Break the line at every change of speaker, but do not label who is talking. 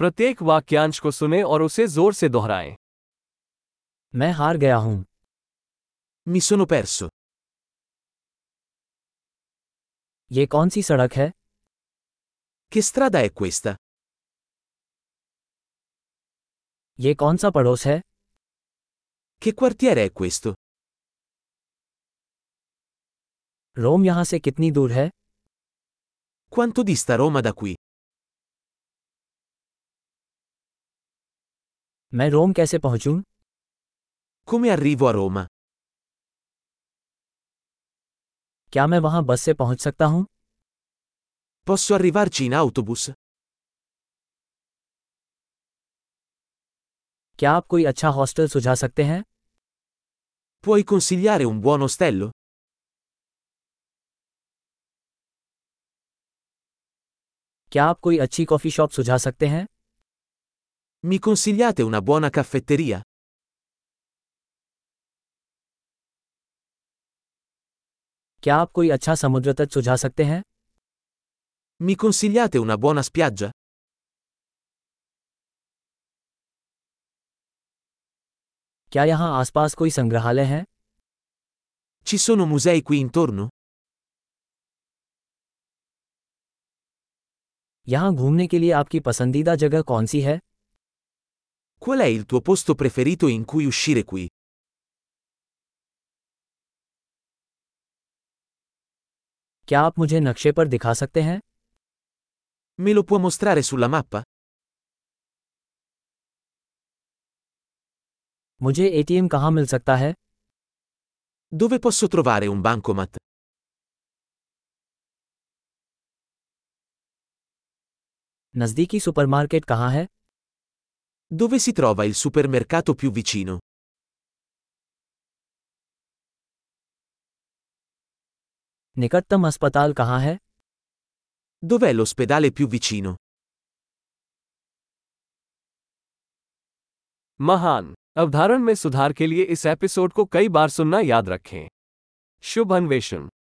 प्रत्येक वाक्यांश को सुने और उसे जोर से दोहराएं
मैं हार गया हूं
Mi sono perso.
ये कौन सी सड़क है
Che strada è questa?
ये कौन सा पड़ोस है
Che quartiere è questo?
रोम यहाँ से कितनी दूर है
Quanto dista Roma da qui?
मैं रोम कैसे पहुंचूं?
Come arrivo a Roma?
क्या मैं वहां बस से पहुंच सकता हूं?
Posso arrivarci in autobus?
क्या आप कोई अच्छा हॉस्टल सुझा सकते हैं
Puoi consigliare un buon ostello?
क्या आप कोई अच्छी कॉफी शॉप सुझा सकते हैं
Mi consigliate una buona caffetteria?
क्या आप कोई अच्छा समुद्र तट सुझा सकते हैं
Mi consigliate una buona spiaggia?
क्या यहाँ आसपास कोई संग्रहालय है
Ci sono musei qui intorno?
यहाँ घूमने के लिए आपकी पसंदीदा जगह कौन सी है
Qual è il tuo posto preferito in cui uscire qui?
क्या आप मुझे नक्शे पर दिखा सकते हैं
Me lo può mostrare sulla mappa?
मुझे एटीएम कहाँ मिल सकता है
Dove posso trovare un bancomat?
नज़दीकी सुपरमार्केट कहाँ है
Dove si trova il supermercato più vicino?
निकटतम अस्पताल कहाँ है
Dov'è l'ospedale più vicino?
महान अवधारण में सुधार के लिए इस एपिसोड को कई बार सुनना याद रखें शुभ अन्वेषण